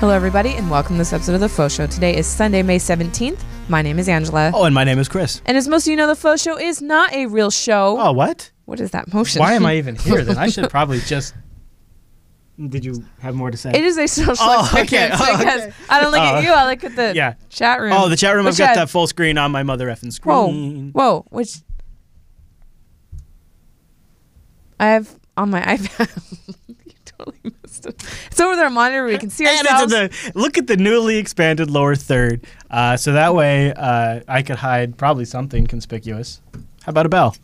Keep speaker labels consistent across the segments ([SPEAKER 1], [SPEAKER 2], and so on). [SPEAKER 1] Hello, everybody, and welcome to this episode of The Faux Show. Today is Sunday, May 17th. My name is Angela.
[SPEAKER 2] Oh, and my name is Chris.
[SPEAKER 1] And as most of you know, The Faux Show is not a real show.
[SPEAKER 2] Oh, what?
[SPEAKER 1] What is that motion?
[SPEAKER 2] Why am I even here then? I should probably just. Did you have more to say?
[SPEAKER 1] It is a social
[SPEAKER 2] Oh,
[SPEAKER 1] experience
[SPEAKER 2] okay. Oh,
[SPEAKER 1] because
[SPEAKER 2] okay.
[SPEAKER 1] I don't look at
[SPEAKER 2] Oh.
[SPEAKER 1] you. I look at the
[SPEAKER 2] Yeah.
[SPEAKER 1] chat room.
[SPEAKER 2] Oh, the chat room. I've
[SPEAKER 1] which
[SPEAKER 2] got
[SPEAKER 1] I-
[SPEAKER 2] that full screen on my mother effing
[SPEAKER 1] Whoa,
[SPEAKER 2] screen.
[SPEAKER 1] whoa, which I have on my iPad. you totally missed it. It's over there on monitor. where We can see
[SPEAKER 2] Add it to
[SPEAKER 1] ourselves.
[SPEAKER 2] the look at the newly expanded lower third, uh, so that way uh, I could hide probably something conspicuous. How about a bell?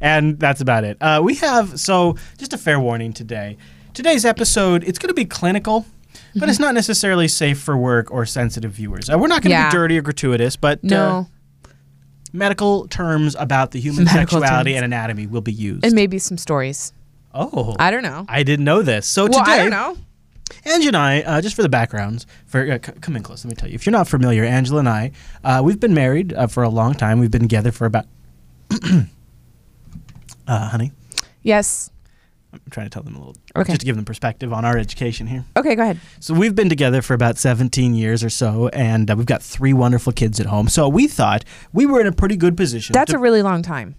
[SPEAKER 2] and that's about it. Uh, we have so just a fair warning today. Today's episode it's going to be clinical, but
[SPEAKER 1] Mm-hmm.
[SPEAKER 2] it's not necessarily safe for work or sensitive viewers. Uh, we're not going to
[SPEAKER 1] Yeah.
[SPEAKER 2] be dirty or gratuitous, but uh,
[SPEAKER 1] no,
[SPEAKER 2] medical terms about the human
[SPEAKER 1] Medical
[SPEAKER 2] sexuality
[SPEAKER 1] terms.
[SPEAKER 2] and anatomy will be used.
[SPEAKER 1] and maybe some stories.
[SPEAKER 2] oh,
[SPEAKER 1] I don't know.
[SPEAKER 2] I didn't know this. So
[SPEAKER 1] well,
[SPEAKER 2] today,
[SPEAKER 1] I don't know.
[SPEAKER 2] Ange and I, uh, just for the backgrounds, for uh, c- come in close. Let me tell you, if you're not familiar, Angela and I, uh, we've been married uh, for a long time. We've been together for about, uh, honey,
[SPEAKER 1] Yes.
[SPEAKER 2] I'm trying to tell them a little,
[SPEAKER 1] Okay.
[SPEAKER 2] just to give them perspective on our education here.
[SPEAKER 1] Okay, go ahead.
[SPEAKER 2] So we've been together for about 17 years or so, and uh, we've got three wonderful kids at home. So we thought we were in a pretty good position.
[SPEAKER 1] That's
[SPEAKER 2] to-
[SPEAKER 1] a really long time.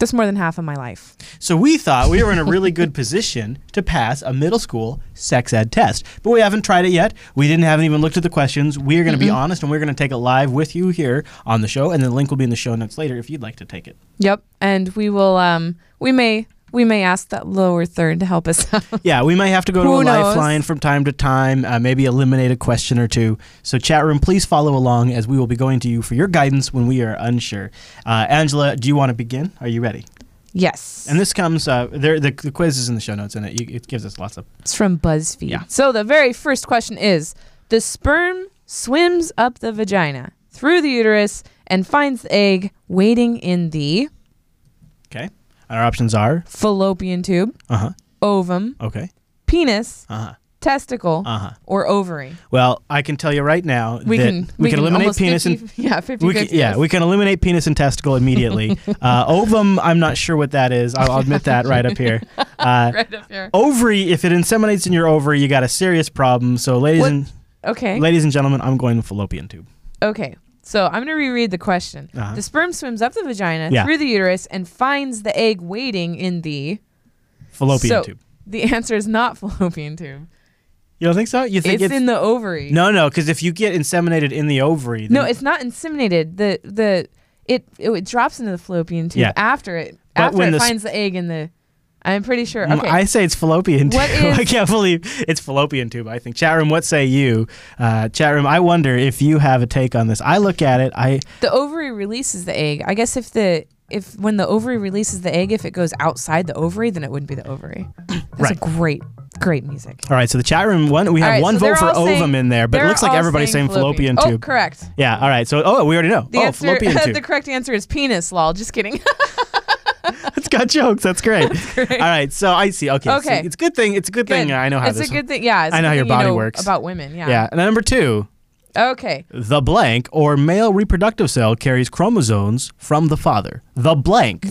[SPEAKER 1] That's more than half of my life.
[SPEAKER 2] So we thought we were in a really good position to pass a middle school sex ed test, but we haven't tried it yet. We didn't haven't even looked at the questions. We're going to
[SPEAKER 1] Mm-hmm.
[SPEAKER 2] be honest, and we're going to take it live with you here on the show, and the link will be in the show notes later if you'd like to take it.
[SPEAKER 1] Yep. And we will. Um. We may. We may ask that lower third to help us out.
[SPEAKER 2] Yeah, we might have to go to
[SPEAKER 1] Who
[SPEAKER 2] a
[SPEAKER 1] knows?
[SPEAKER 2] lifeline from time to time, uh, maybe eliminate a question or two. So chat room, please follow along as we will be going to you for your guidance when we are unsure. Uh, Angela, do you want to begin? Are you ready?
[SPEAKER 1] yes.
[SPEAKER 2] And this comes uh, there. The, the quiz is in the show notes, and it, you- it gives us lots of
[SPEAKER 1] It's from BuzzFeed.
[SPEAKER 2] Yeah.
[SPEAKER 1] So the very first question is the sperm swims up the vagina through the uterus and finds the egg waiting in the
[SPEAKER 2] okay. Our options are
[SPEAKER 1] fallopian tube,
[SPEAKER 2] uh huh.
[SPEAKER 1] ovum,
[SPEAKER 2] Okay.
[SPEAKER 1] penis,
[SPEAKER 2] Uh huh.
[SPEAKER 1] testicle,
[SPEAKER 2] Uh huh.
[SPEAKER 1] or ovary.
[SPEAKER 2] Well, I can tell you right now
[SPEAKER 1] We
[SPEAKER 2] that
[SPEAKER 1] can
[SPEAKER 2] we, can eliminate
[SPEAKER 1] almost
[SPEAKER 2] penis
[SPEAKER 1] 50,
[SPEAKER 2] and
[SPEAKER 1] yeah, 50
[SPEAKER 2] we can, yeah we can eliminate penis and testicle immediately. uh, ovum, I'm not sure what that is. I'll admit that right up here. Uh,
[SPEAKER 1] right up here.
[SPEAKER 2] ovary, if it inseminates in your ovary, you got a serious problem. So, ladies
[SPEAKER 1] What-
[SPEAKER 2] and
[SPEAKER 1] Okay.
[SPEAKER 2] ladies and gentlemen, I'm going with fallopian tube.
[SPEAKER 1] Okay. So I'm going to reread the question.
[SPEAKER 2] Uh-huh.
[SPEAKER 1] The sperm swims up the vagina
[SPEAKER 2] Yeah.
[SPEAKER 1] through the uterus and finds the egg waiting in the
[SPEAKER 2] Fallopian
[SPEAKER 1] So-
[SPEAKER 2] tube.
[SPEAKER 1] The answer is not fallopian tube.
[SPEAKER 2] You don't think so? You think
[SPEAKER 1] It's,
[SPEAKER 2] it's,
[SPEAKER 1] in the ovary.
[SPEAKER 2] no, no, because if you get inseminated in the ovary,
[SPEAKER 1] No,
[SPEAKER 2] then-
[SPEAKER 1] it's not inseminated. The the it it, it drops into the fallopian tube
[SPEAKER 2] Yeah.
[SPEAKER 1] after it
[SPEAKER 2] But
[SPEAKER 1] after
[SPEAKER 2] when
[SPEAKER 1] it
[SPEAKER 2] the s-
[SPEAKER 1] finds the egg in the. I'm pretty sure.
[SPEAKER 2] Mm,
[SPEAKER 1] Okay,
[SPEAKER 2] I say it's fallopian tube.
[SPEAKER 1] What
[SPEAKER 2] I
[SPEAKER 1] is-
[SPEAKER 2] can't believe it's fallopian tube. I think chat room. What say you, uh, chat room? I wonder if you have a take on this. I look at it. I
[SPEAKER 1] the ovary releases the egg. I guess if the if when the ovary releases the egg, if it goes outside the ovary, then it wouldn't be the ovary. That's a
[SPEAKER 2] Right.
[SPEAKER 1] great great music.
[SPEAKER 2] all right. So the chat room one. We have
[SPEAKER 1] All right,
[SPEAKER 2] one
[SPEAKER 1] so they're
[SPEAKER 2] vote for
[SPEAKER 1] all saying-
[SPEAKER 2] ovum in there, but it
[SPEAKER 1] They're
[SPEAKER 2] looks like
[SPEAKER 1] all
[SPEAKER 2] everybody's saying fallopian,
[SPEAKER 1] Oh,
[SPEAKER 2] tube.
[SPEAKER 1] correct.
[SPEAKER 2] Yeah. All right. So oh, we already know.
[SPEAKER 1] The
[SPEAKER 2] oh,
[SPEAKER 1] answer,
[SPEAKER 2] fallopian
[SPEAKER 1] the
[SPEAKER 2] tube.
[SPEAKER 1] correct answer is penis. Lol. Just kidding.
[SPEAKER 2] it's got jokes. That's great. All right. So I see. Okay. so
[SPEAKER 1] Okay.
[SPEAKER 2] it's a good thing. It's a good, thing. I know how
[SPEAKER 1] It's
[SPEAKER 2] this.
[SPEAKER 1] a good thing. Yeah. It's
[SPEAKER 2] I
[SPEAKER 1] a good
[SPEAKER 2] know how your
[SPEAKER 1] thing
[SPEAKER 2] body
[SPEAKER 1] you know
[SPEAKER 2] works.
[SPEAKER 1] about women. Yeah.
[SPEAKER 2] yeah. And number two,
[SPEAKER 1] Okay.
[SPEAKER 2] the blank or male reproductive cell carries chromosomes from the father. The blank.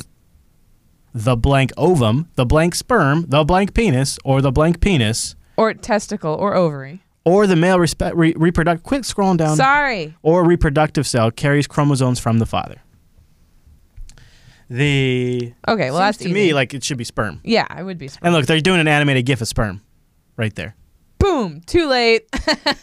[SPEAKER 2] The blank ovum, the blank sperm, the blank penis, or the blank penis,
[SPEAKER 1] Or testicle or ovary.
[SPEAKER 2] or the male respe- re- reproductive. Quit scrolling down.
[SPEAKER 1] Sorry.
[SPEAKER 2] Or reproductive cell carries chromosomes from the father. The
[SPEAKER 1] Okay. Well,
[SPEAKER 2] seems
[SPEAKER 1] that's
[SPEAKER 2] to
[SPEAKER 1] easy.
[SPEAKER 2] me like it should be sperm.
[SPEAKER 1] Yeah, I would be. surprised.
[SPEAKER 2] And look, they're doing an animated GIF of sperm, right there.
[SPEAKER 1] Boom! Too late.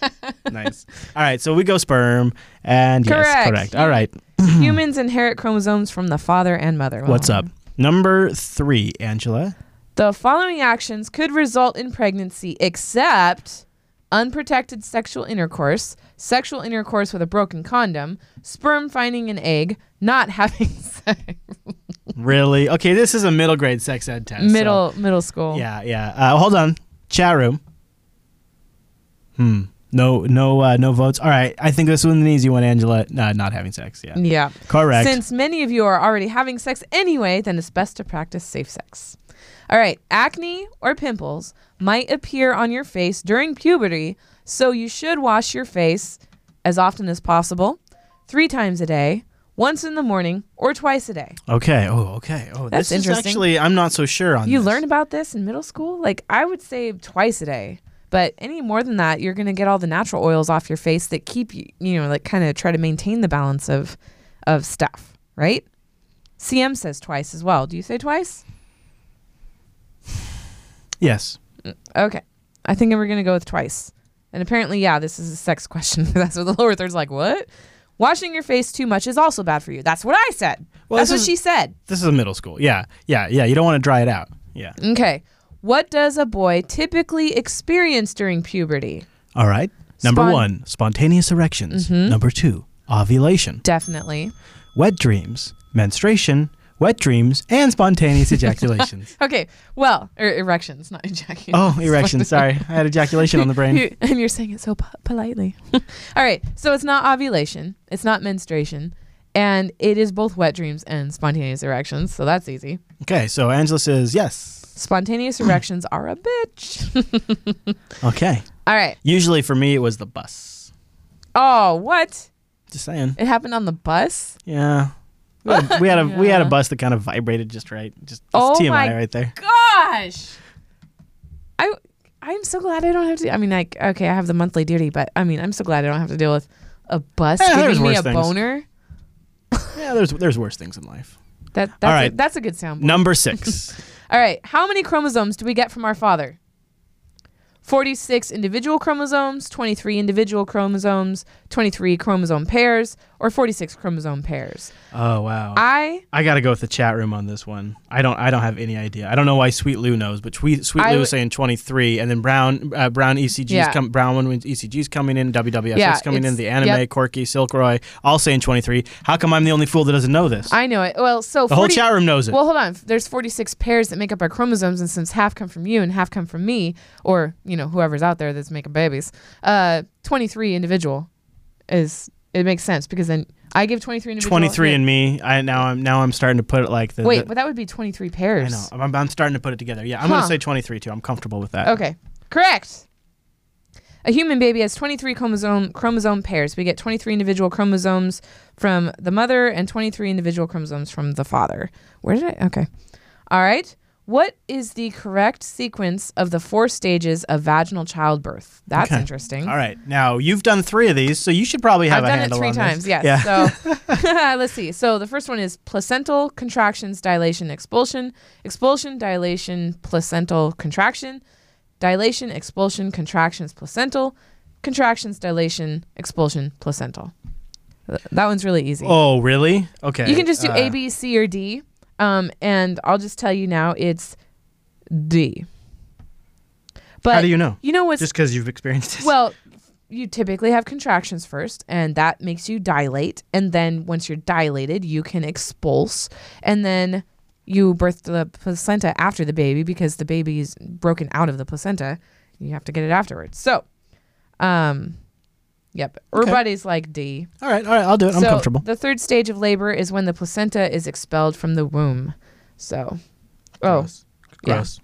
[SPEAKER 2] nice. All right, so we go sperm, and yes,
[SPEAKER 1] Correct.
[SPEAKER 2] correct. All right,
[SPEAKER 1] Humans inherit chromosomes from the father and mother. Well,
[SPEAKER 2] What's up? Number three, Angela.
[SPEAKER 1] The following actions could result in pregnancy, except unprotected sexual intercourse, sexual intercourse with a broken condom, sperm finding an egg, not having sex.
[SPEAKER 2] Really? Okay, this is a middle grade sex ed test. so-
[SPEAKER 1] middle middle school.
[SPEAKER 2] Yeah, yeah. Uh, hold on. Chat room. Hmm. No, no, uh, no votes. All right. I think this one's an easy one, Angela. Uh, not having sex. Yeah.
[SPEAKER 1] Yeah.
[SPEAKER 2] Correct.
[SPEAKER 1] Since many of you are already having sex anyway, then it's best to practice safe sex. All right, acne or pimples might appear on your face during puberty, so you should wash your face as often as possible, three times a day, once in the morning or twice a day.
[SPEAKER 2] Okay. Oh, okay. Oh,
[SPEAKER 1] That's
[SPEAKER 2] this is
[SPEAKER 1] interesting.
[SPEAKER 2] actually I'm not so sure on.
[SPEAKER 1] You
[SPEAKER 2] this.
[SPEAKER 1] learn about this in middle school? Like I would say twice a day. But any more than that, you're going to get all the natural oils off your face that keep you, you know, like kind of try to maintain the balance of of stuff, right? CM says twice as well. Do you say twice?
[SPEAKER 2] Yes.
[SPEAKER 1] Okay. I think we're going to go with twice. And apparently, yeah, this is a sex question. That's what the lower third's like. What? Washing your face too much is also bad for you. That's what I said.
[SPEAKER 2] Well,
[SPEAKER 1] That's what
[SPEAKER 2] this is-
[SPEAKER 1] she said.
[SPEAKER 2] This is a middle school. Yeah. Yeah. Yeah. You don't want to dry it out. Yeah.
[SPEAKER 1] Okay. What does a boy typically experience during puberty?
[SPEAKER 2] All right. Number
[SPEAKER 1] Spon- Mm-hmm.
[SPEAKER 2] one, spontaneous erections. Number two, ovulation,
[SPEAKER 1] Definitely.
[SPEAKER 2] wet dreams, menstruation, wet dreams, and spontaneous ejaculations.
[SPEAKER 1] Okay. Well, er, erections, not ejaculation.
[SPEAKER 2] oh, erection. Sorry, I had ejaculation on the brain.
[SPEAKER 1] You- and you're saying it so po- politely. All right. So it's not ovulation. It's not menstruation. And it is both wet dreams and spontaneous erections. So that's easy.
[SPEAKER 2] Okay, so Angela says yes. Hmm.
[SPEAKER 1] Spontaneous erections are a bitch.
[SPEAKER 2] Okay.
[SPEAKER 1] All right.
[SPEAKER 2] Usually for me, it was the bus.
[SPEAKER 1] Oh, what?
[SPEAKER 2] Just saying.
[SPEAKER 1] It happened on the bus?
[SPEAKER 2] Yeah. We had, we had a we had a
[SPEAKER 1] Yeah.
[SPEAKER 2] bus that kind of vibrated just right. Just, just
[SPEAKER 1] Oh
[SPEAKER 2] TMI
[SPEAKER 1] my-
[SPEAKER 2] right there.
[SPEAKER 1] Gosh. I I'm so glad I don't have to I mean like okay, I have the monthly duty, but I mean, I'm so glad I don't have to deal with a bus
[SPEAKER 2] Eh, there's
[SPEAKER 1] giving me
[SPEAKER 2] worse
[SPEAKER 1] a
[SPEAKER 2] things.
[SPEAKER 1] boner.
[SPEAKER 2] Yeah, there's there's worse things in life.
[SPEAKER 1] That that's
[SPEAKER 2] All
[SPEAKER 1] a,
[SPEAKER 2] right.
[SPEAKER 1] that's a good sound.
[SPEAKER 2] Number six.
[SPEAKER 1] All right, how many chromosomes do we get from our father? 46 individual chromosomes, 23 individual chromosomes, 23 chromosome pairs, or 46 chromosome pairs.
[SPEAKER 2] oh wow.
[SPEAKER 1] I
[SPEAKER 2] I gotta go with the chat room on this one. I don't. I don't have any idea. I don't know why Sweet Lou knows, but Sweet, Sweet
[SPEAKER 1] I
[SPEAKER 2] Lou
[SPEAKER 1] w-
[SPEAKER 2] is saying twenty three, and then Brown uh, Brown ECGs
[SPEAKER 1] Yeah.
[SPEAKER 2] come Brown one with E ECGs coming in, WWFS
[SPEAKER 1] Yeah,
[SPEAKER 2] coming in,
[SPEAKER 1] it's-
[SPEAKER 2] the anime
[SPEAKER 1] yep.
[SPEAKER 2] Corky Silkroy all saying twenty three. How come I'm the only fool that doesn't know this?
[SPEAKER 1] I know it. Well, so
[SPEAKER 2] the
[SPEAKER 1] 40
[SPEAKER 2] whole chat room knows it.
[SPEAKER 1] Well, hold on. There's 46 pairs that make up our chromosomes, and since half come from you and half come from me, or you know whoever's out there that's making babies, uh, 23 individual is it makes sense because then I give 23 individual.
[SPEAKER 2] twenty three
[SPEAKER 1] yeah.
[SPEAKER 2] and me. I now I'm now I'm starting to put it like the
[SPEAKER 1] wait,
[SPEAKER 2] the-
[SPEAKER 1] but that would be 23
[SPEAKER 2] I
[SPEAKER 1] pairs.
[SPEAKER 2] know. I'm, I'm starting to put it together. Yeah, I'm
[SPEAKER 1] Huh.
[SPEAKER 2] gonna say twenty three too. I'm comfortable with that.
[SPEAKER 1] Okay, correct. A human baby has 23 chromosome chromosome pairs. We get 23 individual chromosomes from the mother and 23 individual chromosomes from the father. Where did I? Okay. All right. What is the correct sequence of the four stages of vaginal childbirth? That's
[SPEAKER 2] Okay.
[SPEAKER 1] interesting.
[SPEAKER 2] All right. Now you've done three of these, so you should probably have
[SPEAKER 1] I've
[SPEAKER 2] a
[SPEAKER 1] done it
[SPEAKER 2] handle
[SPEAKER 1] three
[SPEAKER 2] on
[SPEAKER 1] times. Yes.
[SPEAKER 2] This. Yeah.
[SPEAKER 1] So let's see. So the first one is placental contractions, dilation, expulsion, expulsion, dilation, placental contraction, dilation, expulsion, contractions, placental, contractions, dilation, expulsion, placental. Th- That one's really easy.
[SPEAKER 2] Oh really? Okay.
[SPEAKER 1] you can just do
[SPEAKER 2] uh,
[SPEAKER 1] A, B, C, or D. Um, and I'll just tell you now, it's D. But
[SPEAKER 2] How do you know?
[SPEAKER 1] You know what's
[SPEAKER 2] Just because you've experienced it.
[SPEAKER 1] well, you typically have contractions first, and that makes you dilate. And then once you're dilated, you can expulse. And then you birth the placenta after the baby because the baby is broken out of the placenta. You have to get it afterwards. So, um, yep.
[SPEAKER 2] Okay.
[SPEAKER 1] Everybody's like D.
[SPEAKER 2] All right, all right, I'll do it. I'm
[SPEAKER 1] so
[SPEAKER 2] comfortable.
[SPEAKER 1] The third stage of labor is when the placenta is expelled from the womb. So, oh,
[SPEAKER 2] gross.
[SPEAKER 1] yeah.
[SPEAKER 2] gross.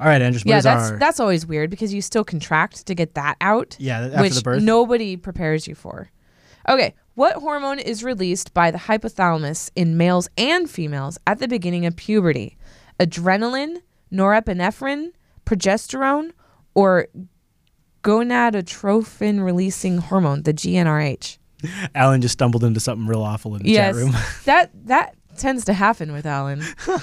[SPEAKER 2] All right, Andrews. What
[SPEAKER 1] yeah,
[SPEAKER 2] is
[SPEAKER 1] that's
[SPEAKER 2] our
[SPEAKER 1] that's always weird because you still contract to get that out.
[SPEAKER 2] yeah after
[SPEAKER 1] which
[SPEAKER 2] the birth?
[SPEAKER 1] nobody prepares you for. Okay, what hormone is released by the hypothalamus in males and females at the beginning of puberty? Adrenaline, norepinephrine, progesterone, or gonadotrophin releasing hormone, the GnRH?
[SPEAKER 2] Alan just stumbled into something real awful in the
[SPEAKER 1] Yes, um,
[SPEAKER 2] chat room.
[SPEAKER 1] that that tends to happen with Alan.
[SPEAKER 2] all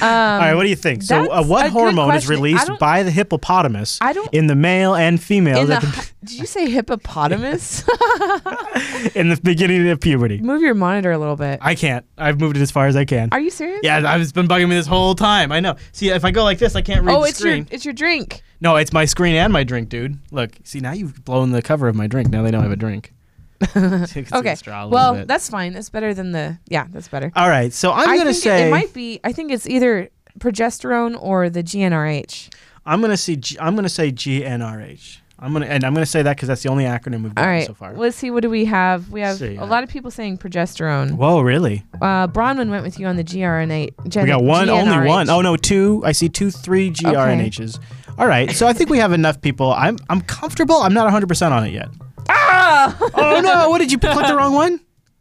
[SPEAKER 2] right, what do you think? So, uh,
[SPEAKER 1] that's a
[SPEAKER 2] what
[SPEAKER 1] good
[SPEAKER 2] hormone is
[SPEAKER 1] question. I
[SPEAKER 2] released
[SPEAKER 1] don't-
[SPEAKER 2] by the hippopotamus
[SPEAKER 1] I don't-
[SPEAKER 2] in the male and female
[SPEAKER 1] In the,
[SPEAKER 2] at
[SPEAKER 1] hy- did you say hippopotamus?
[SPEAKER 2] the, in the beginning of puberty?
[SPEAKER 1] Move your monitor a little bit.
[SPEAKER 2] I can't. I've moved it as far as I can.
[SPEAKER 1] Are you serious?
[SPEAKER 2] yeah, I've- it's been bugging me this whole time. I know. See, if I go like this, I can't read
[SPEAKER 1] Oh,
[SPEAKER 2] the
[SPEAKER 1] it's
[SPEAKER 2] screen.
[SPEAKER 1] your it's your drink.
[SPEAKER 2] No, it's my screen and my drink, dude. Look, see, now you've blown the cover of my drink. Now they know I have a drink.
[SPEAKER 1] Okay. Well, that's fine. That's better than the yeah. That's better.
[SPEAKER 2] all right. So I'm
[SPEAKER 1] I
[SPEAKER 2] gonna
[SPEAKER 1] think it-
[SPEAKER 2] say
[SPEAKER 1] it, might be. I think it's either progesterone or the GnRH.
[SPEAKER 2] I'm gonna see. G- I'm gonna say GNRH. I'm gonna and I'm gonna say that because that's the only acronym we've
[SPEAKER 1] All
[SPEAKER 2] gotten
[SPEAKER 1] right.
[SPEAKER 2] so far.
[SPEAKER 1] Let's see. What do we have? We have
[SPEAKER 2] See,
[SPEAKER 1] a
[SPEAKER 2] uh,
[SPEAKER 1] lot of people saying progesterone.
[SPEAKER 2] Whoa, really?
[SPEAKER 1] Uh, Bronwyn went with you on the GRNH.
[SPEAKER 2] We got one, only one. Oh no, two. I see two, three GRNHs. All right. So I think we have enough people. I'm I'm comfortable. I'm not 100 percent on it yet.
[SPEAKER 1] Ah!
[SPEAKER 2] Oh no! What did you click the wrong one?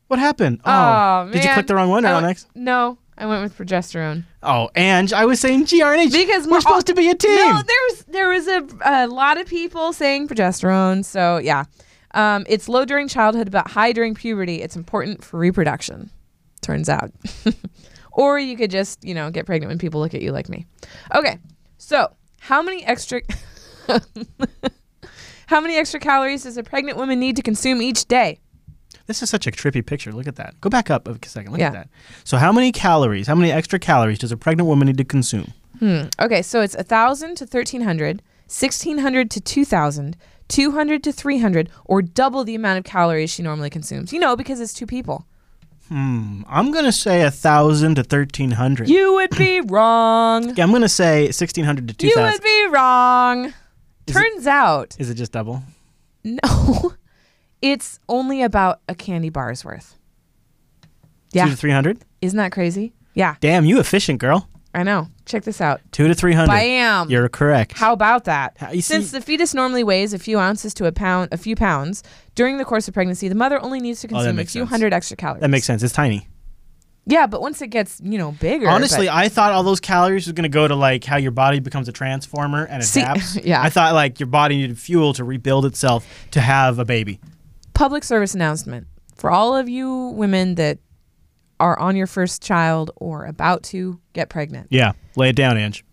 [SPEAKER 2] What happened? Oh,
[SPEAKER 1] Oh,
[SPEAKER 2] did you
[SPEAKER 1] man.
[SPEAKER 2] click the wrong one,
[SPEAKER 1] I
[SPEAKER 2] or
[SPEAKER 1] went-
[SPEAKER 2] next?
[SPEAKER 1] No, I went with progesterone.
[SPEAKER 2] Oh, and I was saying GRNH
[SPEAKER 1] Because
[SPEAKER 2] we're
[SPEAKER 1] we're
[SPEAKER 2] supposed to be a team.
[SPEAKER 1] No, there was there was a, a lot of people saying progesterone. So yeah, um, it's low during childhood, but high during puberty. It's important for reproduction. Turns out, or you could just you know get pregnant when people look at you like me. Okay, so how many extra? How many extra calories does a pregnant woman need to consume each day?
[SPEAKER 2] This is such a trippy picture. Look at that. Go back up a second. Look
[SPEAKER 1] Yeah.
[SPEAKER 2] at that. So, how many calories? How many extra calories does a pregnant woman need to consume?
[SPEAKER 1] Hmm. Okay, so it's 1,000 to 1,300, 1,600 to 2,000, 200 to 300, or double the amount of calories she normally consumes. You know, because it's two people.
[SPEAKER 2] Hmm. I'm gonna say a thousand to thirteen hundred.
[SPEAKER 1] You would be wrong.
[SPEAKER 2] Yeah, I'm gonna say sixteen hundred to two
[SPEAKER 1] You would
[SPEAKER 2] thousand.
[SPEAKER 1] be wrong.
[SPEAKER 2] Is it-
[SPEAKER 1] Turns out,
[SPEAKER 2] Is it just double?
[SPEAKER 1] no, it's only about a candy bar's worth.
[SPEAKER 2] Two
[SPEAKER 1] Yeah.
[SPEAKER 2] to three hundred.
[SPEAKER 1] Isn't that crazy? Yeah,
[SPEAKER 2] Damn, you efficient girl.
[SPEAKER 1] I know. Check this out.
[SPEAKER 2] Two to three hundred.
[SPEAKER 1] Bam.
[SPEAKER 2] You're correct.
[SPEAKER 1] How about that?
[SPEAKER 2] How- you
[SPEAKER 1] Since
[SPEAKER 2] see-
[SPEAKER 1] the fetus normally weighs a few ounces to a pound, a few pounds during the course of pregnancy, the mother only needs to
[SPEAKER 2] Oh, that
[SPEAKER 1] consume a
[SPEAKER 2] makes
[SPEAKER 1] few
[SPEAKER 2] sense.
[SPEAKER 1] hundred extra calories.
[SPEAKER 2] that makes sense. It's tiny.
[SPEAKER 1] Yeah, but once it gets you know bigger,
[SPEAKER 2] Honestly,
[SPEAKER 1] but-
[SPEAKER 2] I thought all those calories was gonna go to like how your body becomes a transformer and
[SPEAKER 1] See-
[SPEAKER 2] adapts.
[SPEAKER 1] yeah.
[SPEAKER 2] I thought like your body needed fuel to rebuild itself to have a baby.
[SPEAKER 1] public service announcement for all of you women that are on your first child or about to get pregnant.
[SPEAKER 2] Yeah. Lay it down, Ange.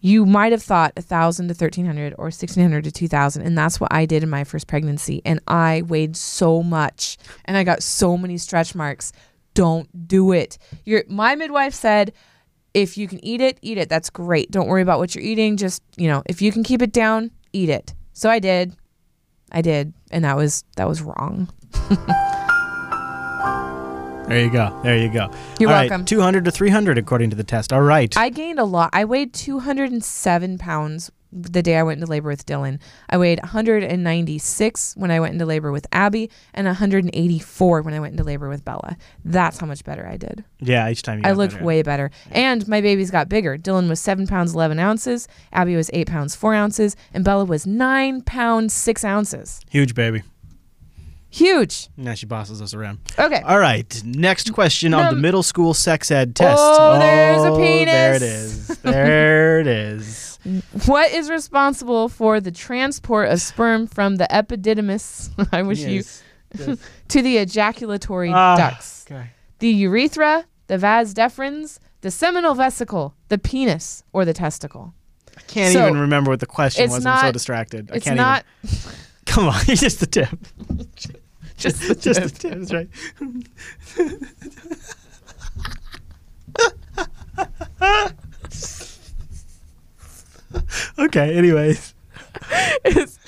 [SPEAKER 1] You might have thought a thousand to thirteen hundred or sixteen hundred to two thousand, and that's what I did in my first pregnancy, and I weighed so much, and I got so many stretch marks. Don't do it. Your my midwife said, if you can eat it, eat it. That's great. Don't worry about what you're eating. Just you know, if you can keep it down, eat it. So I did, I did, and that was that was wrong.
[SPEAKER 2] There you go. There you go.
[SPEAKER 1] You're
[SPEAKER 2] All right,
[SPEAKER 1] welcome.
[SPEAKER 2] 200 to 300 according to the test. All right.
[SPEAKER 1] I gained a lot. I weighed 207 pounds the day I went into labor with Dylan. I weighed 196 when I went into labor with Abby and 184 when I went into labor with Bella. That's how much better I did.
[SPEAKER 2] yeah, each time you
[SPEAKER 1] I
[SPEAKER 2] got
[SPEAKER 1] looked
[SPEAKER 2] better.
[SPEAKER 1] way better. And my babies got bigger. Dylan was 7 pounds 11 ounces, Abby was 8 pounds 4 ounces, and Bella was 9 pounds 6 ounces.
[SPEAKER 2] Huge baby.
[SPEAKER 1] Huge.
[SPEAKER 2] Now she bosses us around.
[SPEAKER 1] Okay.
[SPEAKER 2] All right. Next question on the
[SPEAKER 1] Num-
[SPEAKER 2] middle school sex ed test.
[SPEAKER 1] Oh, there's a
[SPEAKER 2] Oh, There it
[SPEAKER 1] penis.
[SPEAKER 2] is. There it is.
[SPEAKER 1] What is responsible for the transport of sperm from the epididymis? I wish you
[SPEAKER 2] you.
[SPEAKER 1] to the ejaculatory
[SPEAKER 2] Ah,
[SPEAKER 1] ducts.
[SPEAKER 2] okay.
[SPEAKER 1] The urethra, the vas deferens, the seminal vesicle, the penis, or the testicle.
[SPEAKER 2] I can't
[SPEAKER 1] So,
[SPEAKER 2] even remember what the question
[SPEAKER 1] it's
[SPEAKER 2] was. I'm so
[SPEAKER 1] not-
[SPEAKER 2] distracted. I
[SPEAKER 1] It's
[SPEAKER 2] can't
[SPEAKER 1] not
[SPEAKER 2] even. Come on. Just the tip.
[SPEAKER 1] just the
[SPEAKER 2] Just the
[SPEAKER 1] tip.
[SPEAKER 2] tip. That's right. okay. Anyways.
[SPEAKER 1] it's,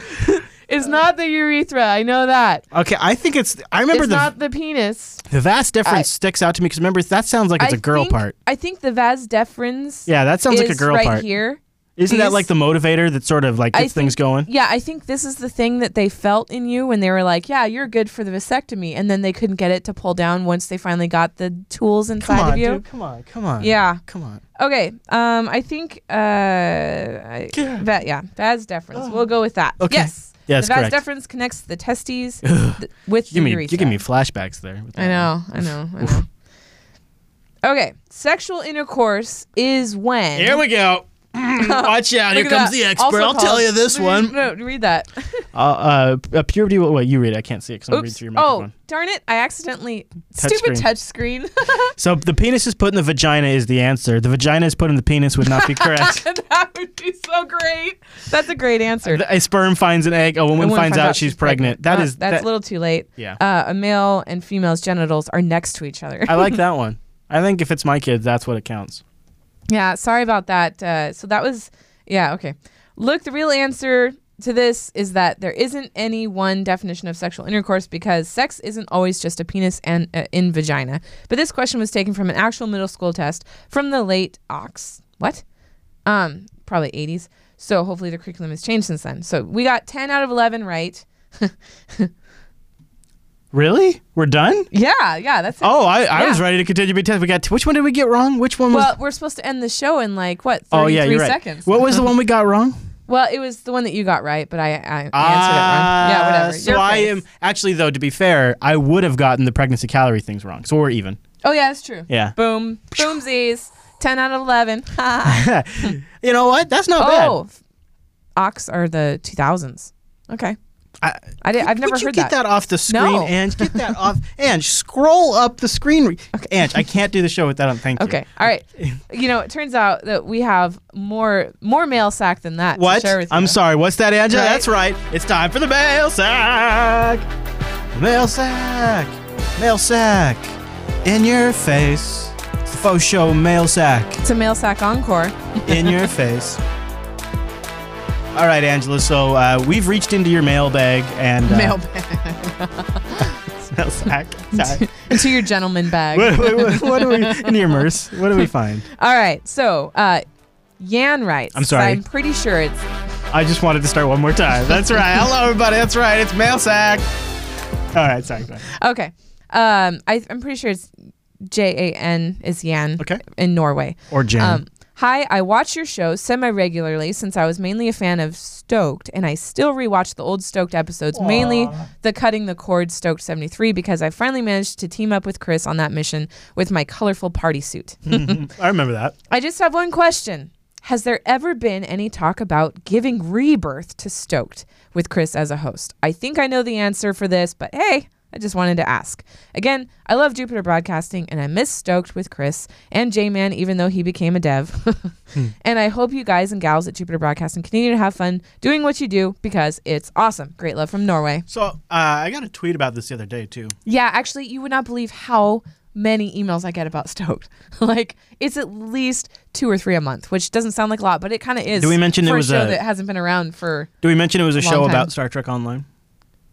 [SPEAKER 1] it's not the urethra. I know that.
[SPEAKER 2] Okay. I think it's. I remember
[SPEAKER 1] it's
[SPEAKER 2] the
[SPEAKER 1] not the penis.
[SPEAKER 2] The vast difference
[SPEAKER 1] I-
[SPEAKER 2] sticks out to me because remember that sounds like it's
[SPEAKER 1] I
[SPEAKER 2] a girl
[SPEAKER 1] think-
[SPEAKER 2] part.
[SPEAKER 1] I think the vas deferens
[SPEAKER 2] Yeah, that sounds
[SPEAKER 1] is
[SPEAKER 2] like a girl
[SPEAKER 1] right
[SPEAKER 2] part.
[SPEAKER 1] here.
[SPEAKER 2] Isn't that
[SPEAKER 1] these-
[SPEAKER 2] like the motivator that sort of like
[SPEAKER 1] I
[SPEAKER 2] gets things going?
[SPEAKER 1] Yeah, I think this is the thing that they felt in you when they were like, "Yeah, you're good for the vasectomy," and then they couldn't get it to pull down once they finally got the tools inside
[SPEAKER 2] Come on,
[SPEAKER 1] of you.
[SPEAKER 2] dude. Come on. Come on.
[SPEAKER 1] Yeah.
[SPEAKER 2] Come on.
[SPEAKER 1] Okay. Um, I think uh, I,
[SPEAKER 2] Yeah.
[SPEAKER 1] va- yeah, vas deferens. We'll go with that.
[SPEAKER 2] Okay.
[SPEAKER 1] Yes.
[SPEAKER 2] Yes,
[SPEAKER 1] the vas
[SPEAKER 2] correct.
[SPEAKER 1] deferens connects the testes th- with
[SPEAKER 2] You give
[SPEAKER 1] the
[SPEAKER 2] me
[SPEAKER 1] urethra.
[SPEAKER 2] you give me flashbacks there. with
[SPEAKER 1] I
[SPEAKER 2] that
[SPEAKER 1] know.
[SPEAKER 2] one.
[SPEAKER 1] I know. I know. Okay. Sexual intercourse is when.
[SPEAKER 2] Here we go. Watch out!
[SPEAKER 1] Mm-hmm.
[SPEAKER 2] Here
[SPEAKER 1] Look at
[SPEAKER 2] comes
[SPEAKER 1] that.
[SPEAKER 2] the expert.
[SPEAKER 1] Also
[SPEAKER 2] I'll tell
[SPEAKER 1] called-
[SPEAKER 2] you this
[SPEAKER 1] read-
[SPEAKER 2] one.
[SPEAKER 1] No, read that.
[SPEAKER 2] Uh, uh, a puberty. Well, wait, you read. it. I can't see it because I'm reading
[SPEAKER 1] Oops.
[SPEAKER 2] through your
[SPEAKER 1] Oh,
[SPEAKER 2] microphone.
[SPEAKER 1] darn it! I accidentally
[SPEAKER 2] Touch
[SPEAKER 1] stupid
[SPEAKER 2] screen.
[SPEAKER 1] touch screen.
[SPEAKER 2] So the penis is put in the vagina is the answer. The vagina is put in the penis would not be correct.
[SPEAKER 1] that would be so great. That's a great answer.
[SPEAKER 2] a sperm finds an egg. A woman,
[SPEAKER 1] woman
[SPEAKER 2] finds, out, she's pregnant. That
[SPEAKER 1] Uh,
[SPEAKER 2] is
[SPEAKER 1] that's
[SPEAKER 2] that-
[SPEAKER 1] a little too late.
[SPEAKER 2] Yeah.
[SPEAKER 1] Uh, a male and female's genitals are next to each other.
[SPEAKER 2] I like that one. I think if it's my kids, that's what it counts.
[SPEAKER 1] yeah. Sorry about that. Uh, so that was yeah. Okay. Look, the real answer to this is that there isn't any one definition of sexual intercourse because sex isn't always just a penis and uh, in vagina. But this question was taken from an actual middle school test from the late Ox. What? um, probably 80s. So hopefully the curriculum has changed since then. So we got 10 out of 11 right.
[SPEAKER 2] Really? We're done?
[SPEAKER 1] Yeah, yeah, that's it.
[SPEAKER 2] Oh, I, I
[SPEAKER 1] Yeah.
[SPEAKER 2] was ready to continue being tested. We got which one did we get wrong? Which one was?
[SPEAKER 1] Well, we're supposed to end the show in like what? 33
[SPEAKER 2] Mm. oh yeah, you're right.
[SPEAKER 1] seconds.
[SPEAKER 2] What was the one we got wrong?
[SPEAKER 1] Well, it was the one that you got right, but I, I answered it wrong. Yeah,
[SPEAKER 2] Ah,
[SPEAKER 1] whatever.
[SPEAKER 2] So
[SPEAKER 1] Your
[SPEAKER 2] I
[SPEAKER 1] face.
[SPEAKER 2] am actually though. To be fair, I would have gotten the pregnancy calorie things wrong. So we're even.
[SPEAKER 1] Oh yeah, that's true.
[SPEAKER 2] Yeah.
[SPEAKER 1] Boom. Boomsies. Ten out of eleven. Ha.
[SPEAKER 2] you know what? That's not
[SPEAKER 1] oh, ox are the two thousands. Okay.
[SPEAKER 2] bad. I,
[SPEAKER 1] I did, I've never
[SPEAKER 2] Would you
[SPEAKER 1] heard
[SPEAKER 2] get that. off the screen,
[SPEAKER 1] No.
[SPEAKER 2] Ange? Get that off. Ange, scroll up the screen. Re- Ange, I can't do the show without him. Thank you.
[SPEAKER 1] Okay. All right. You know, it turns out that we have more more mail sack than that. to
[SPEAKER 2] What?
[SPEAKER 1] share with
[SPEAKER 2] I'm
[SPEAKER 1] you.
[SPEAKER 2] sorry. What's that, Ange?
[SPEAKER 1] Right.
[SPEAKER 2] That's right. It's time for the mail sack. Mail sack. Mail sack. In your face. It's the faux show mail sack.
[SPEAKER 1] It's a mail sack encore.
[SPEAKER 2] in your face. All right, Angela. So uh, we've reached into your mailbag and uh,
[SPEAKER 1] Mail bag.
[SPEAKER 2] mail sack. Sorry.
[SPEAKER 1] Into your gentleman bag.
[SPEAKER 2] what, what, what, what do we in your merce? What do we find?
[SPEAKER 1] All right. So, uh, Yan writes.
[SPEAKER 2] I'm sorry.
[SPEAKER 1] I'm pretty sure it's
[SPEAKER 2] I just wanted to start one more time. That's right. Hello, everybody. That's right. It's mail sack. All right. Sorry. go ahead.
[SPEAKER 1] Okay. Um, I, I'm pretty sure it's J A N is Yan.
[SPEAKER 2] Okay.
[SPEAKER 1] In Norway.
[SPEAKER 2] Or Jan.
[SPEAKER 1] Um, hi, I watch your show semi regularly since I was mainly a fan of Stoked, and I still rewatch the old Stoked episodes, mainly the Cutting the Cord Stoked 73, because I finally managed to team up with Chris on that mission with my colorful party suit.
[SPEAKER 2] I remember that.
[SPEAKER 1] I just have one question. Has there ever been any talk about giving rebirth to Stoked with Chris as a host? I think I know the answer for this, but hey, I just wanted to ask. Again, I love Jupiter Broadcasting and I miss Stoked with Chris and J Man, even though he became a dev. And I hope you guys and gals at Jupiter Broadcasting continue to have fun doing what you do because it's awesome. Great love from Norway.
[SPEAKER 2] So uh, I got a tweet about this the other day too.
[SPEAKER 1] Yeah, actually, you would not believe how many emails I get about Stoked. like it's at least two or three a month, which doesn't sound like a lot, but it kind of is.
[SPEAKER 2] Did we mention
[SPEAKER 1] for
[SPEAKER 2] it was
[SPEAKER 1] a show
[SPEAKER 2] a-
[SPEAKER 1] that hasn't been around for
[SPEAKER 2] Do we mention it was a
[SPEAKER 1] Long
[SPEAKER 2] show
[SPEAKER 1] time.
[SPEAKER 2] about Star Trek Online?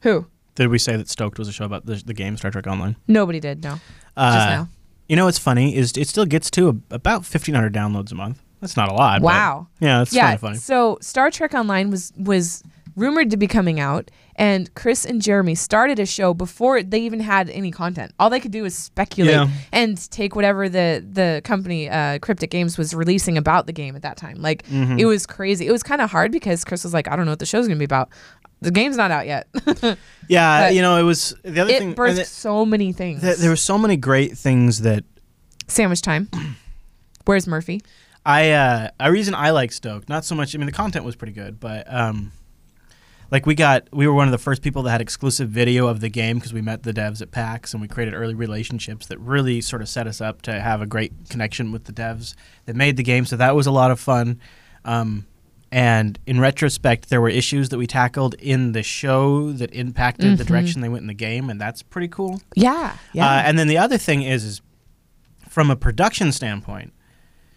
[SPEAKER 1] who?
[SPEAKER 2] Did we say that Stoked was a show about the, the game Star Trek Online?
[SPEAKER 1] Nobody did. No,
[SPEAKER 2] Uh,
[SPEAKER 1] just now.
[SPEAKER 2] You know what's funny is it still gets to a, about fifteen hundred downloads a month. That's not a lot. but-
[SPEAKER 1] Wow.
[SPEAKER 2] yeah, that's kind
[SPEAKER 1] yeah.
[SPEAKER 2] of funny.
[SPEAKER 1] So Star Trek Online was was rumored to be coming out, and Chris and Jeremy started a show before they even had any content. All they could do was speculate
[SPEAKER 2] Yeah.
[SPEAKER 1] and take whatever the the company uh, Cryptic Games was releasing about the game at that time. Like
[SPEAKER 2] Mm-hmm.
[SPEAKER 1] it was crazy. It was kind of hard because Chris was like, I don't know what the show's gonna be about. The game's not out yet.
[SPEAKER 2] Yeah,
[SPEAKER 1] but
[SPEAKER 2] you know it was the other thing.
[SPEAKER 1] it birthed
[SPEAKER 2] and th-
[SPEAKER 1] so many things.
[SPEAKER 2] th- there were so many great things that
[SPEAKER 1] Sandwich time. Where's Murphy?
[SPEAKER 2] I uh, a reason I like Stoke. Not so much. I mean, the content was pretty good, but um, like we got we were one of the first people that had exclusive video of the game because we met the devs at PAX and we created early relationships that really sort of set us up to have a great connection with the devs that made the game. So that was a lot of fun. Um, and in retrospect, there were issues that we tackled in the show that impacted the direction they went in the game, and that's pretty cool.
[SPEAKER 1] Yeah. Yeah.
[SPEAKER 2] Uh, and then the other thing is, is from a production standpoint,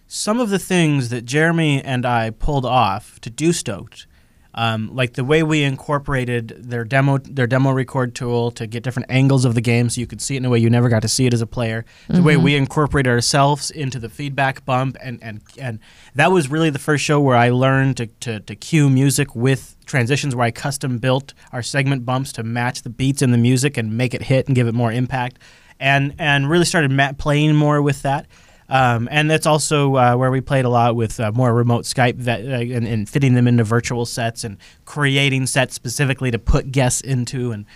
[SPEAKER 2] some of the things that Jeremy and I pulled off to do Stoked, um, like the way we incorporated their demo their demo record tool to get different angles of the game, so you could see it in a way you never got to see it as a player. The way we incorporated ourselves into the feedback bump, and and and that was really the first show where I learned to to, to cue music with transitions where I custom built our segment bumps to match the beats in the music and make it hit and give it more impact, and and really started ma- playing more with that. Um, and that's also uh, where we played a lot with uh, more remote Skype that, uh, and, and fitting them into virtual sets and creating sets specifically to put guests into. And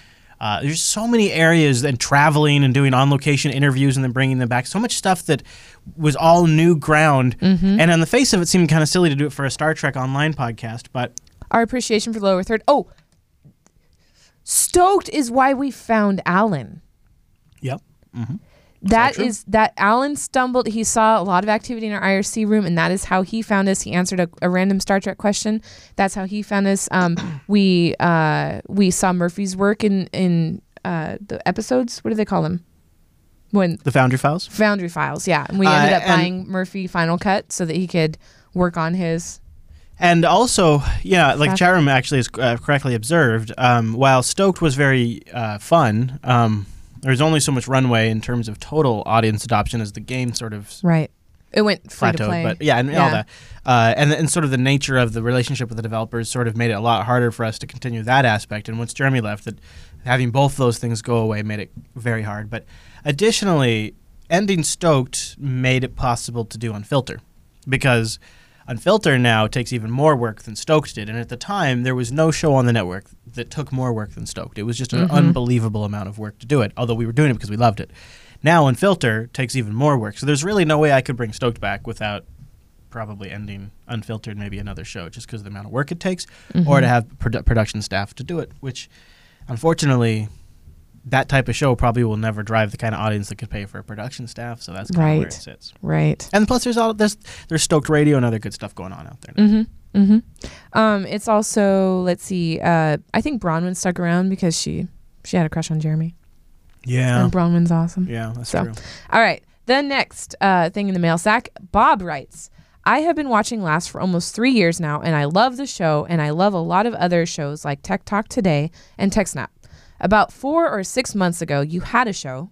[SPEAKER 2] uh, there's so many areas and traveling and doing on location interviews and then bringing them back. So much stuff that was all new ground. And on the face of it, seemed kind of silly to do it for a Star Trek Online podcast, but
[SPEAKER 1] our appreciation for the lower third. Oh, stoked is why we found Alan.
[SPEAKER 2] yep.
[SPEAKER 1] That
[SPEAKER 2] true.
[SPEAKER 1] is that Alan stumbled. He saw a lot of activity in our IRC room, and that is how he found us. He answered a, a random Star Trek question. That's how he found us. Um, we uh, we saw Murphy's work in in uh, the episodes. What do they call them? When
[SPEAKER 2] The Foundry Files.
[SPEAKER 1] Foundry Files, yeah. And we
[SPEAKER 2] Uh,
[SPEAKER 1] ended up
[SPEAKER 2] and-
[SPEAKER 1] buying Murphy Final Cut so that he could work on his.
[SPEAKER 2] And also, yeah, like
[SPEAKER 1] Fact-
[SPEAKER 2] Chatham actually has uh, correctly observed, um, while Stoked was very uh, fun, um, there's only so much runway in terms of total audience adoption as the game sort of
[SPEAKER 1] Right. It went free to play.
[SPEAKER 2] plateaued. But yeah, and all that. Uh, and, and sort of the nature of the relationship with the developers sort of made it a lot harder for us to continue that aspect. And once Jeremy left, that having both those things go away made it very hard. But additionally, ending Stoked made it possible to do on Filter because Unfilter now takes even more work than Stoked did, and at the time there was no show on the network that took more work than Stoked. It was just
[SPEAKER 1] Mm-hmm.
[SPEAKER 2] an unbelievable amount of work to do it, although we were doing it because we loved it. Now Unfilter takes even more work, so there's really no way I could bring Stoked back without probably ending Unfiltered, maybe another show, just because of the amount of work it takes,
[SPEAKER 1] Mm-hmm.
[SPEAKER 2] or to have produ- production staff to do it, which unfortunately that type of show probably will never drive the kind of audience that could pay for a production staff. So that's kind of where
[SPEAKER 1] Right.
[SPEAKER 2] it sits.
[SPEAKER 1] Right.
[SPEAKER 2] And plus, there's all there's there's Stoked Radio and other good stuff going on out there.
[SPEAKER 1] Mm.
[SPEAKER 2] now.
[SPEAKER 1] Mm-hmm. Um, it's also let's see. Uh, I think Bronwyn stuck around because she she had a crush on Jeremy,
[SPEAKER 2] Yeah,
[SPEAKER 1] and Bronwyn's awesome.
[SPEAKER 2] yeah, that's
[SPEAKER 1] So-
[SPEAKER 2] true.
[SPEAKER 1] All right. The next uh, thing in the mail sack, Bob writes. I have been watching Last for almost three years now, and I love the show, and I love a lot of other shows like Tech Talk Today and TechSnap. About four or six months ago, you had a show.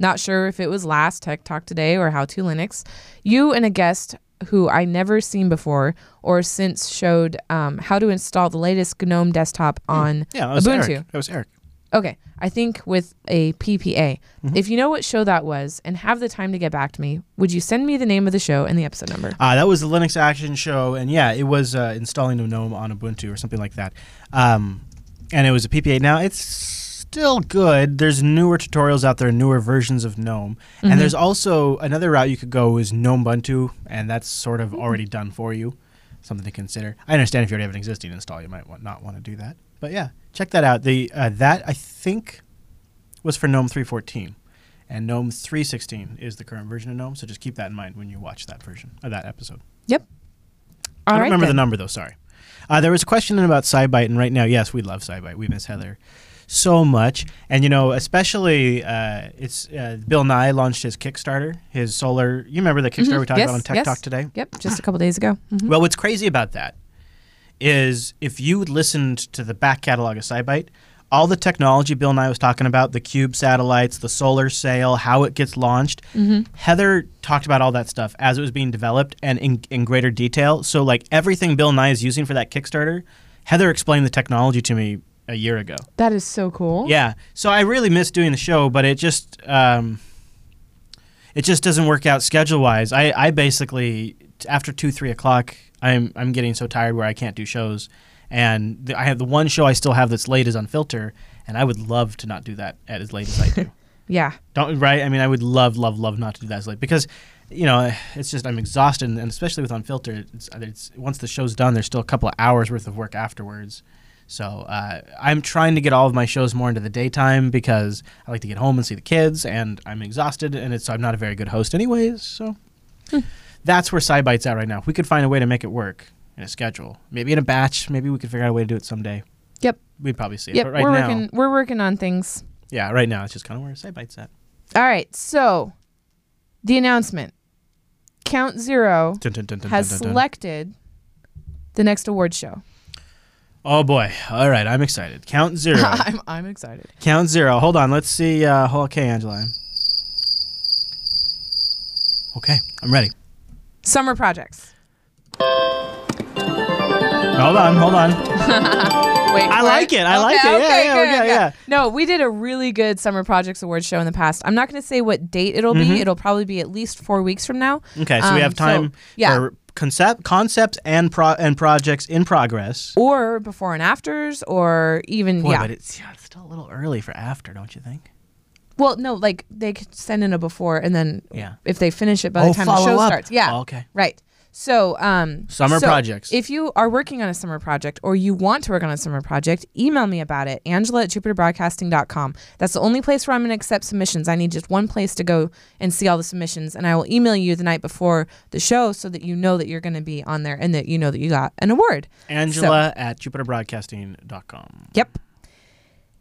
[SPEAKER 1] Not sure if it was Last Tech Talk Today or How to Linux. You and a guest who I never seen before or since showed um, how to install the latest GNOME desktop on
[SPEAKER 2] Hmm. Yeah, that was
[SPEAKER 1] Ubuntu.
[SPEAKER 2] Eric. That was Eric.
[SPEAKER 1] Okay, I think with a PPA.
[SPEAKER 2] Mm-hmm.
[SPEAKER 1] If you know what show that was and have the time to get back to me, would you send me the name of the show and the episode number?
[SPEAKER 2] Uh, that was the Linux Action Show, and yeah, it was uh, installing a GNOME on Ubuntu or something like that. Um, and it was a PPA. Now it's still good. There's newer tutorials out there, newer versions of GNOME, and there's also another route you could go is GNOMEBuntu, and that's sort of already done for you. Something to consider. I understand if you already have an existing install, you might want, not want to do that. But yeah, check that out. The uh, that I think was for GNOME 3.14, and GNOME 3.16 is the current version of GNOME. So just keep that in mind when you watch that version of that episode.
[SPEAKER 1] Yep.
[SPEAKER 2] I
[SPEAKER 1] All
[SPEAKER 2] don't
[SPEAKER 1] right.
[SPEAKER 2] remember the
[SPEAKER 1] then.
[SPEAKER 2] number though. Sorry. Uh, there was a question about SciByte, and right now, yes, we love SciByte. We miss Heather so much, and you know, especially uh, it's uh, Bill Nye launched his Kickstarter, his solar. You remember the Kickstarter we
[SPEAKER 1] Mm-hmm.
[SPEAKER 2] talked
[SPEAKER 1] Yes,
[SPEAKER 2] about on Tech
[SPEAKER 1] yes.
[SPEAKER 2] Talk today? Ah. Mm-hmm.
[SPEAKER 1] Yep, just a couple days ago. Mhm.
[SPEAKER 2] Well, what's crazy about that is if you listened to the back catalog of SciByte, all the technology Bill and I was talking about, the cube satellites, the solar sail, how it gets launched, Heather talked about all that stuff as it was being developed and in, in greater detail. So, like everything Bill Nye is using for that Kickstarter, Heather explained the technology to me a year ago.
[SPEAKER 1] That is so cool.
[SPEAKER 2] Yeah. So I really miss doing the show, but it just um, it just doesn't work out schedule wise. I, I basically t- after two three o'clock, I'm I'm getting so tired where I can't do shows, and the, I have the one show I still have that's late is on Filter, and I would love to not do that at as late as I do.
[SPEAKER 1] Yeah.
[SPEAKER 2] Don't right? I mean, I would love, love, love not to do that as late because, you know, it's just I'm exhausted, and especially with Unfiltered, it's, it's once the show's done, there's still a couple of hours worth of work afterwards. So uh, I'm trying to get all of my shows more into the daytime because I like to get home and see the kids, and I'm exhausted, and it's, so I'm not a very good host, anyways. So
[SPEAKER 1] Hmm.
[SPEAKER 2] that's where SciByte's at right now. If we could find a way to make it work in a schedule, maybe in a batch, maybe we could figure out a way to do it someday.
[SPEAKER 1] Yep.
[SPEAKER 2] We'd probably see it,
[SPEAKER 1] Yep.
[SPEAKER 2] but right
[SPEAKER 1] we're
[SPEAKER 2] now,
[SPEAKER 1] working. We're working on things.
[SPEAKER 2] yeah, right now it's just kind of where SciByte's at.
[SPEAKER 1] All right. So, the announcement. Count Zero
[SPEAKER 2] Dun, dun, dun, dun,
[SPEAKER 1] has
[SPEAKER 2] dun, dun, dun.
[SPEAKER 1] selected the next award show.
[SPEAKER 2] Oh boy! All right, I'm excited. Count zero.
[SPEAKER 1] I'm I'm excited.
[SPEAKER 2] Count zero. Hold on. Let's see. Uh, hol- okay, Angela. Okay, I'm ready.
[SPEAKER 1] Summer projects.
[SPEAKER 2] Hold on. Hold on.
[SPEAKER 1] Wait,
[SPEAKER 2] I
[SPEAKER 1] for
[SPEAKER 2] like it. I like it. Yeah, yeah, okay, yeah.
[SPEAKER 1] No, we did a really good summer projects awards show in the past. I'm not going to say what date it'll be. It'll probably be at least four weeks from now.
[SPEAKER 2] Mm-hmm. Okay, so we
[SPEAKER 1] Um,
[SPEAKER 2] have time
[SPEAKER 1] yeah,
[SPEAKER 2] for concept, concepts, and pro- and projects in progress.
[SPEAKER 1] or before and afters, or even
[SPEAKER 2] Boy,
[SPEAKER 1] yeah.
[SPEAKER 2] but it's, yeah, it's still a little early for after, don't you think?
[SPEAKER 1] well, no, like they could send in a before, and then
[SPEAKER 2] Yeah.
[SPEAKER 1] if they finish it by the
[SPEAKER 2] Oh,
[SPEAKER 1] time the
[SPEAKER 2] follow
[SPEAKER 1] show
[SPEAKER 2] up.
[SPEAKER 1] starts, yeah,
[SPEAKER 2] Oh, okay.
[SPEAKER 1] right. So, um,
[SPEAKER 2] Summer
[SPEAKER 1] so
[SPEAKER 2] projects.
[SPEAKER 1] If you are working on a summer project or you want to work on a summer project, email me about it, angela at jupiterbroadcasting.com. That's the only place where I'm going to accept submissions. I need just one place to go and see all the submissions, and I will email you the night before the show so that you know that you're going to be on there and that you know that you got an award.
[SPEAKER 2] Angela at jupiterbroadcasting.com.
[SPEAKER 1] Yep.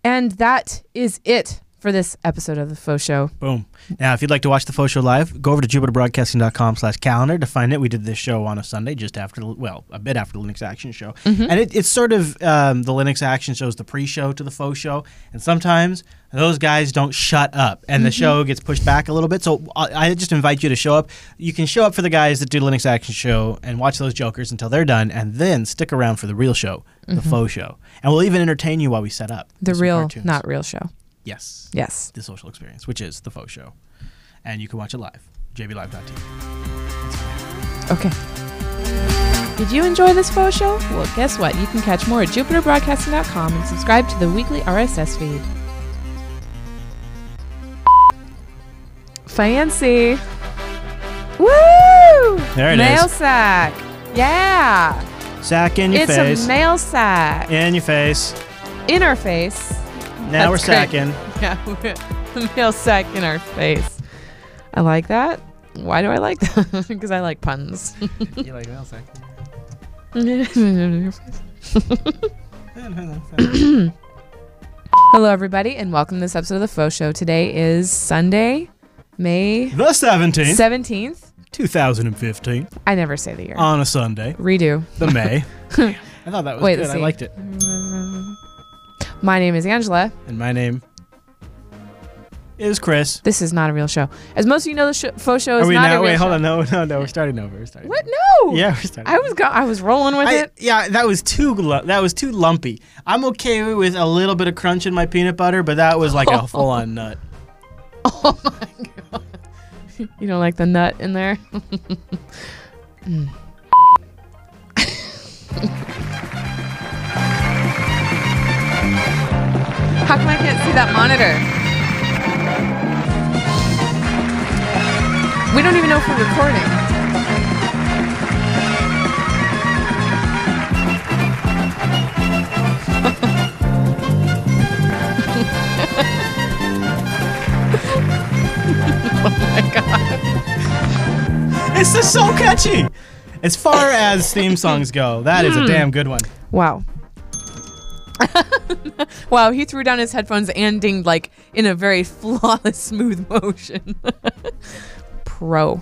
[SPEAKER 1] And that is it for this episode of The Faux Show.
[SPEAKER 2] Boom. Now, if you'd like to watch the faux show live, go over to jupiterbroadcasting.com slash calendar to find it. We did this show on a Sunday just after, the- well, a bit after the Linux Action Show.
[SPEAKER 1] Mm-hmm.
[SPEAKER 2] And it, it's sort of um, the Linux Action Show is the pre-show to the faux show. And sometimes those guys don't shut up and
[SPEAKER 1] Mm-hmm.
[SPEAKER 2] the show gets pushed back a little bit. So uh, I, I just invite you to show up. You can show up for the guys that do Linux Action Show and watch those jokers until they're done and then stick around for the real show, the faux show. And we'll even entertain you while we set up.
[SPEAKER 1] Mm-hmm. The
[SPEAKER 2] with some
[SPEAKER 1] real,
[SPEAKER 2] cartoons.
[SPEAKER 1] not real show.
[SPEAKER 2] Yes
[SPEAKER 1] Yes.
[SPEAKER 2] the social experience, which is the faux show. And you can watch it live, jblive.tv.
[SPEAKER 1] Okay. Did you enjoy this faux show? Well, guess what? You can catch more at jupiterbroadcasting.com and subscribe to the weekly RSS feed. Fancy. Woo!
[SPEAKER 2] There it is.
[SPEAKER 1] mail sack. Yeah.
[SPEAKER 2] Sack in your
[SPEAKER 1] it's
[SPEAKER 2] face.
[SPEAKER 1] a mail sack.
[SPEAKER 2] in your face.
[SPEAKER 1] In our face.
[SPEAKER 2] Now we're
[SPEAKER 1] That's great.
[SPEAKER 2] sacking.
[SPEAKER 1] Yeah, the mail sack in our face. I like that. Why do I like that? Because I like puns.
[SPEAKER 2] you like mail sacking?
[SPEAKER 1] Hello, everybody, and welcome to this episode of The Faux Show. Today is Sunday, May
[SPEAKER 2] The 17th,
[SPEAKER 1] 17th.
[SPEAKER 2] 2015,
[SPEAKER 1] I never say the year.
[SPEAKER 2] on a Sunday,
[SPEAKER 1] Redo.
[SPEAKER 2] the May. I thought that was
[SPEAKER 1] Wait,
[SPEAKER 2] good.
[SPEAKER 1] let's
[SPEAKER 2] I
[SPEAKER 1] see.
[SPEAKER 2] liked it.
[SPEAKER 1] My name is Angela.
[SPEAKER 2] And my name is Chris.
[SPEAKER 1] This is not a real show. As most of you know, the sh- Faux Show is
[SPEAKER 2] Are we
[SPEAKER 1] Oh, not a
[SPEAKER 2] now?
[SPEAKER 1] real
[SPEAKER 2] Wait,
[SPEAKER 1] show.
[SPEAKER 2] hold on. No, no, no. We're starting over. We're starting.
[SPEAKER 1] What? No.
[SPEAKER 2] Yeah, we're starting.
[SPEAKER 1] I was go- I was rolling with
[SPEAKER 2] I,
[SPEAKER 1] it.
[SPEAKER 2] yeah, that was too glu- that was too lumpy. I'm okay with a little bit of crunch in my peanut butter, but that was like a full on nut.
[SPEAKER 1] Oh my god. You don't like the nut in there? Mm. How come I can't see that monitor? We don't even know if we're recording.
[SPEAKER 2] It's just so catchy. As far as theme songs go, that is a damn good one.
[SPEAKER 1] Wow. wow, he threw down his headphones and dinged like in a very flawless, smooth motion. Pro.